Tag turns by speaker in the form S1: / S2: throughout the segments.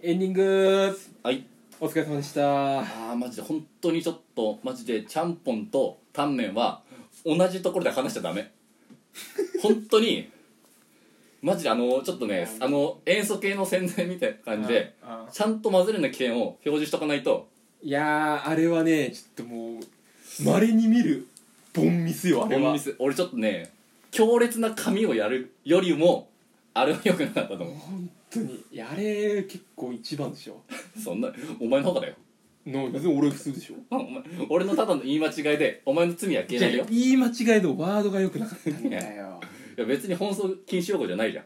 S1: エンディング
S2: はい
S1: お疲れ様でした
S2: ああマジで本当にちょっとマジでちゃんぽんとタンメンは同じところで話しちゃダメ本当にマジであのちょっとねあの塩素系の宣伝みたいな感じで
S1: ああ
S2: ちゃんと混ぜるような危険を表示しとかないと
S1: いやーあれはねちょっともうまれに見るボンミスよあれは
S2: 俺ミス俺ちょっとね強烈な髪をやるよりもあれは良くなかったと思
S1: 本当にいやあれ結構一番でしょ
S2: うそんなお前の方がだよ
S1: の別に俺普通でしょ
S2: あお前俺のただの言い間違いでお前の罪は消え
S1: じゃ
S2: な
S1: あ
S2: いよ
S1: 言い間違いのワードが良くなかったんだよ
S2: いや別に放送禁止用語じゃないじゃん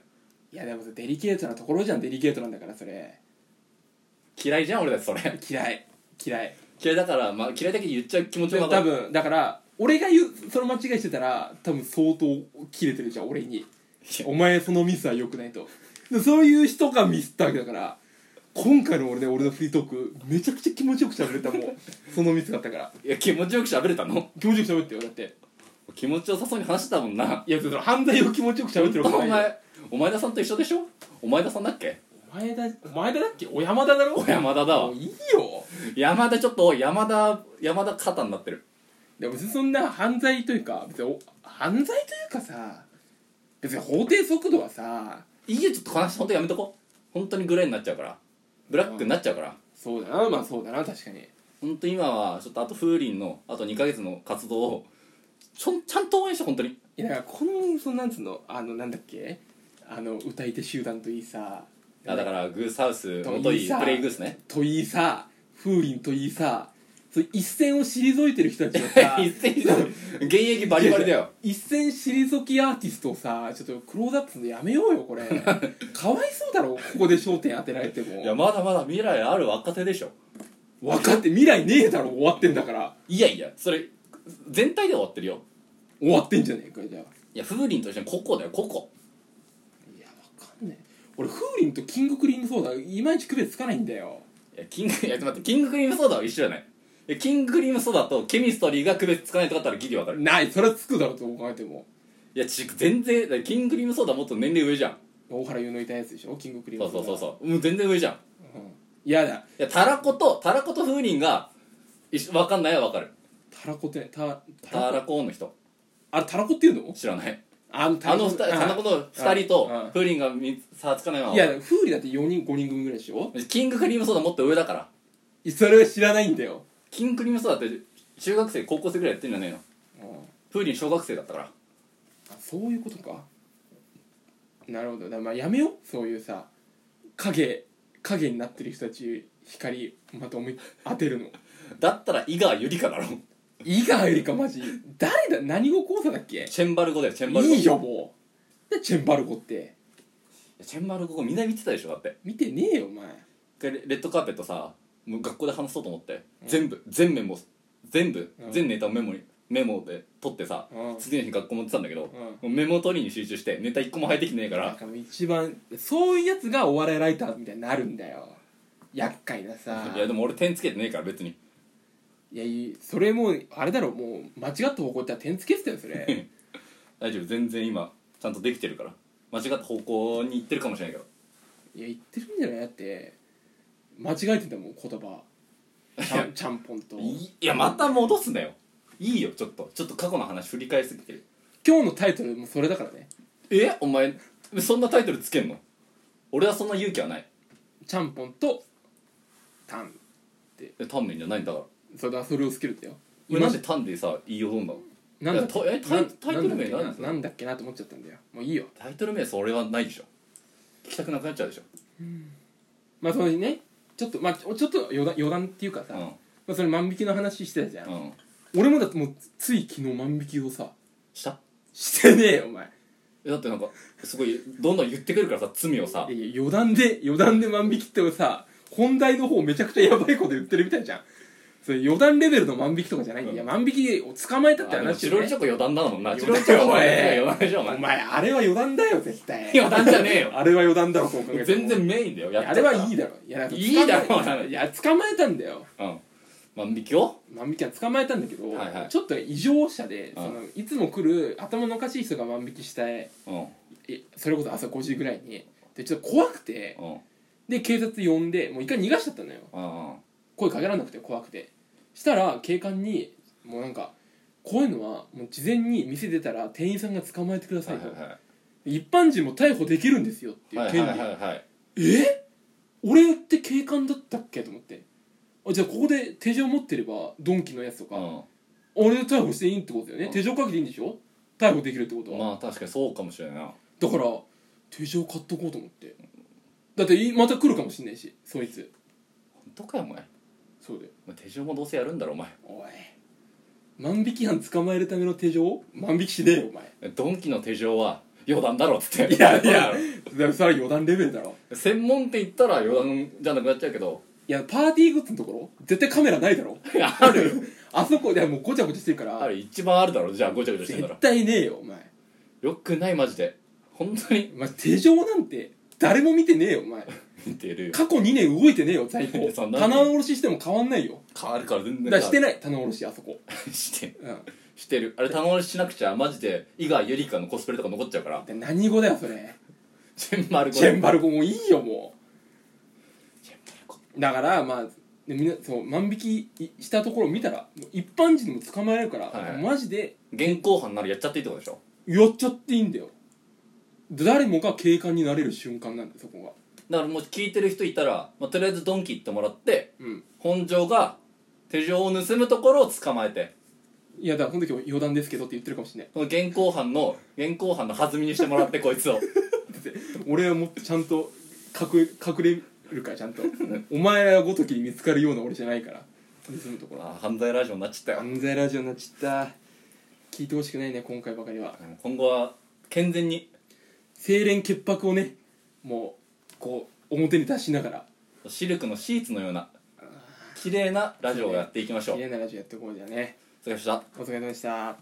S1: いやでもさデリケートなところじゃんデリケートなんだからそれ
S2: 嫌いじゃん俺だってそれ
S1: 嫌い嫌い
S2: 嫌いだから、まあ、嫌いだけど言っちゃう気持ち
S1: で
S2: も
S1: も
S2: 分か
S1: 多
S2: る
S1: 分だから俺が言うその間違いしてたら多分相当キレてるじゃん俺に
S2: や
S1: お前そのミスは良くないとでそういう人がミスったわけだから今回の俺ね俺のフリートークめちゃくちゃ気持ちよく喋れたも んそのミスがあったから
S2: いや気持ちよく喋れたの
S1: 気持ちよく喋ってよだって
S2: 気持ちよさそうに話してたもんない
S1: やその犯罪を気持ちよく喋ってるわけ
S2: お
S1: ないよ
S2: 前お前田さんと一緒でしょお前田さんだっけ
S1: お前だお前だだっけお山田だろ
S2: お山田だ
S1: も
S2: わ
S1: ういいよ
S2: 山田ちょっと山田山田肩になってる
S1: でも別にそんな犯罪というか別にお犯罪というかさ別に法定速度はさ
S2: いいよちょっと話本当やめとこう本当にグレーになっちゃうからブラックになっちゃうから、
S1: そうだなまあそうだな確かに
S2: 本当今はちょっとあと風鈴のあと2ヶ月の活動をちょんちゃんと応援して本当に
S1: いやだからこのそのなんつうのあのなんだっけあの歌い手集団といいさ
S2: あだからグースハウス
S1: と
S2: 元
S1: いい
S2: い
S1: さ
S2: プレイグースね
S1: といいさ風鈴といいさそう一線を退いてる人たちがさ
S2: 一戦一戦現役バリバリだよ
S1: 一線退きアーティストをさちょっとクローズアップするのやめようよこ れかわいそうだろここで焦点当てられて
S2: いや
S1: も
S2: まだまだ未来ある若手でしょ
S1: 分かって未来ねえだろ終わってんだから
S2: いやいやそれ全体で終わってるよ
S1: 終わってんじゃねえかじゃあ
S2: いや風鈴として個々だよ個々
S1: いやわかんねえ俺風鈴とキングクリームソーダいまいち区別つかないんだよ
S2: いやキングいや待ってキングクリームソーダは一緒じゃないいやキングクリームソーダとケミストリーが区別つかないとかだったらギリわかる
S1: ないそれはつくだろと考えても
S2: いやち全然だからキングクリームソーダもっと年齢上じゃん
S1: 大原優のいたやつでしょキングクリー
S2: そ
S1: ム
S2: うそうそう
S1: う
S2: そうもう全然上じゃんい
S1: 嫌、うん、やだ
S2: やたらことたらこと風鈴が一緒わかんないはわかる
S1: たらこってたた
S2: た
S1: らこ
S2: らこの人
S1: あたらこっていうの
S2: 知らない
S1: あのた
S2: あ
S1: らこ
S2: の二人たらこの二人
S1: うんうん
S2: と風鈴が三つ差つかないま
S1: いや風鈴だって4人5人組ぐらいでしょ
S2: まキングクリームソーダもっと上だから
S1: それは知らないんだよ、
S2: キングクリームソーダって中学生高校生ぐらいやってんじゃねえの
S1: うん、
S2: 風鈴小学生だったから
S1: あそういうことかなるほどだからまあやめようそういうさ影影になってる人たち光また思い当てるの
S2: だったら井川ゆりかだろ
S1: 伊賀よりかマジ誰だ何語講座だっけ
S2: チェンバルゴだよチェンバルゴ
S1: いいよもうでチェンバルゴって
S2: チェンバルゴみんな見てたでしょだって
S1: 見てねえよお前
S2: 一回レレッドカーペットさもう学校で話そうと思って、全部全メモ全部、
S1: うん
S2: 全ネタをメモにメモで取ってさ、
S1: うん
S2: 次の日学校持ってたんだけど、
S1: ん
S2: もうメモ取りに集中してネタ一個も入ってきてねえか
S1: なん
S2: ら
S1: かもう一番そういうやつがお笑いライターみたいになるんだよ厄介なさ
S2: いやでも俺点つけてねえから別に
S1: いやいいそれもうあれだろもう間違った方向行ったら点つけてたよそれ
S2: 大丈夫全然今ちゃんとできてるから間違った方向に行ってるかもしれないけど
S1: いや言ってるんじゃないだって間違えてんだもん言葉ちゃんちゃんぽんと今
S2: いいやまた戻すなよいいよちょっとちょっと過去の話振り返りすぎてる
S1: 日のタイトルもそれだからね
S2: えお前そんなタイトルつけんの俺はそんな勇気はない
S1: ちゃんぽんとタン
S2: えタンメンじゃないんだから
S1: それだそれをつけるんだよ
S2: 俺なんでタンでさ言いよどんだの
S1: なんだっけ
S2: いやタ
S1: な
S2: イ
S1: ん
S2: タイトル名
S1: なんだっ
S2: 何
S1: けななんだっけなと思っちゃったんだよもういいよ
S2: タイトル名それはないでしょ聞きたくなくなっちゃうでしょ
S1: まあそのねちょっとまあちょちょっと余談余談っていうかさ、
S2: うん
S1: まあ、それ万引きの話してたじゃん、
S2: うん
S1: 俺もだってもうつい昨日万引きをさ
S2: した
S1: してねえよお前
S2: えだってなんかすごいどんどん言ってくるからさ罪をさ
S1: いやいや余談で余談で万引きってさ本題の方めちゃくちゃやばいこと言ってるみたいじゃんそれ余談レベルの万引きとかじゃないんだ、
S2: うん
S1: いや万引きを捕まえたって
S2: あの
S1: 話
S2: チ
S1: よ、
S2: ロ
S1: ね
S2: ルチ、ョコ余談だもんなチ
S1: 余
S2: ロ
S1: 談
S2: ルチョコお前
S1: お
S2: 余談でしょお
S1: お
S2: 前
S1: 前あれは余談だよ絶対
S2: 余談じゃねえよ
S1: あれは余談だろそう考えても
S2: 全然メインだよ
S1: い
S2: やっ
S1: や
S2: ち
S1: あ
S2: ゃ
S1: れ
S2: ったら
S1: はいいだろいやなんか捕まえ
S2: いいだろ
S1: いや捕まえたんだよ
S2: うん万引きを
S1: 万引きは捕まえたんだけど、
S2: はいはい
S1: ちょっと異常者で
S2: う
S1: そ
S2: ん
S1: のいつも来る頭のおかしい人が万引きしたい
S2: うん
S1: えそれこそ朝5時ぐらいにでちょっと怖くて
S2: うん
S1: で警察呼んでもう一回逃がしちゃったのよ
S2: あ
S1: 声かけられなくて怖くてしたら警官にもうなんかこういうのはもう事前に店出たら店員さんが捕まえてくだ
S2: あ
S1: さ
S2: はいい
S1: と、
S2: はいは
S1: 一般人も逮捕できるんですよってい
S2: いは
S1: う
S2: い
S1: 権利、
S2: はいはいはい
S1: え俺って警官だったっけと思ってあじゃあここで手錠持ってればドンキのやつとか、
S2: う
S1: 俺逮捕していいってことだよね、
S2: うん
S1: 手錠かけていいんでしょ逮捕できるってこと
S2: ん
S1: は、
S2: まあ確かにそうかもしれないな
S1: だから手錠買っとこうと思ってだっていまた来るかもしんないしそいつ
S2: 本当かよお前
S1: そうだよ
S2: お前手錠もどうせやるんだろお前
S1: おい万引き犯捕まえるための手錠万引きしねえよお前
S2: ドンキの手錠は余談だろっつって
S1: いやいやだからそれは余談レベルだろ
S2: 専門店行ったら余談じゃなくなっちゃうけど
S1: いやパーティーグッズのところ絶対カメラないだろ
S2: いやあるよ
S1: あそこでもうごちゃごちゃしてるから
S2: ある一番あるだろじゃあごちゃごちゃしてんだ
S1: 絶
S2: ろ
S1: 対ねえよお前
S2: よくないマジで本当に
S1: ま手錠なんて誰も見てねえよお前
S2: 似てるよ
S1: 過去2年動いてねえよ在庫
S2: そんな
S1: 棚卸ししても変わんないよ
S2: 変わるから全然
S1: だからして
S2: る
S1: ない棚卸しあそこ、
S2: して
S1: うん、
S2: してるあれ頼ししなくちゃマジで伊賀ゆりかのコスプレとか残っちゃうから
S1: で何語だよそれ
S2: チェンバルコ
S1: チェンバルコもういいよもうだからまあでみんなそう万引きいしたところを見たらもう一般人も捕まえられるから、
S2: はいはい
S1: マジで
S2: 現行犯ならやっちゃっていいってことでしょ
S1: やっちゃっていいんだよ誰もが警官になれる瞬間なんだよそこが
S2: だからもし聞いてる人いたら、まあ、とりあえずドンキ行ってもらって
S1: うん
S2: 本庄が手錠を盗むところを捕まえて
S1: いやだからその時は余談ですけどって言ってるかもしれない
S2: この現行犯の現行犯の弾みにしてもらってこい つを
S1: 俺はもっとちゃんと隠隠れるからちゃ んとお前らごときに見つかるような俺じゃないから盗むところ
S2: あー犯罪ラジオになっちゃったよ
S1: 犯罪ラジオになっちゃった聞いてほしくないね今回ばかりは
S2: うん今後は健全に
S1: 清廉潔白をねもうこう表に出しながら
S2: シルクのシーツのような綺麗なラジオをやっていきましょう
S1: 綺麗なラジオやっていこうじゃね
S2: それでは
S1: お疲れ様でした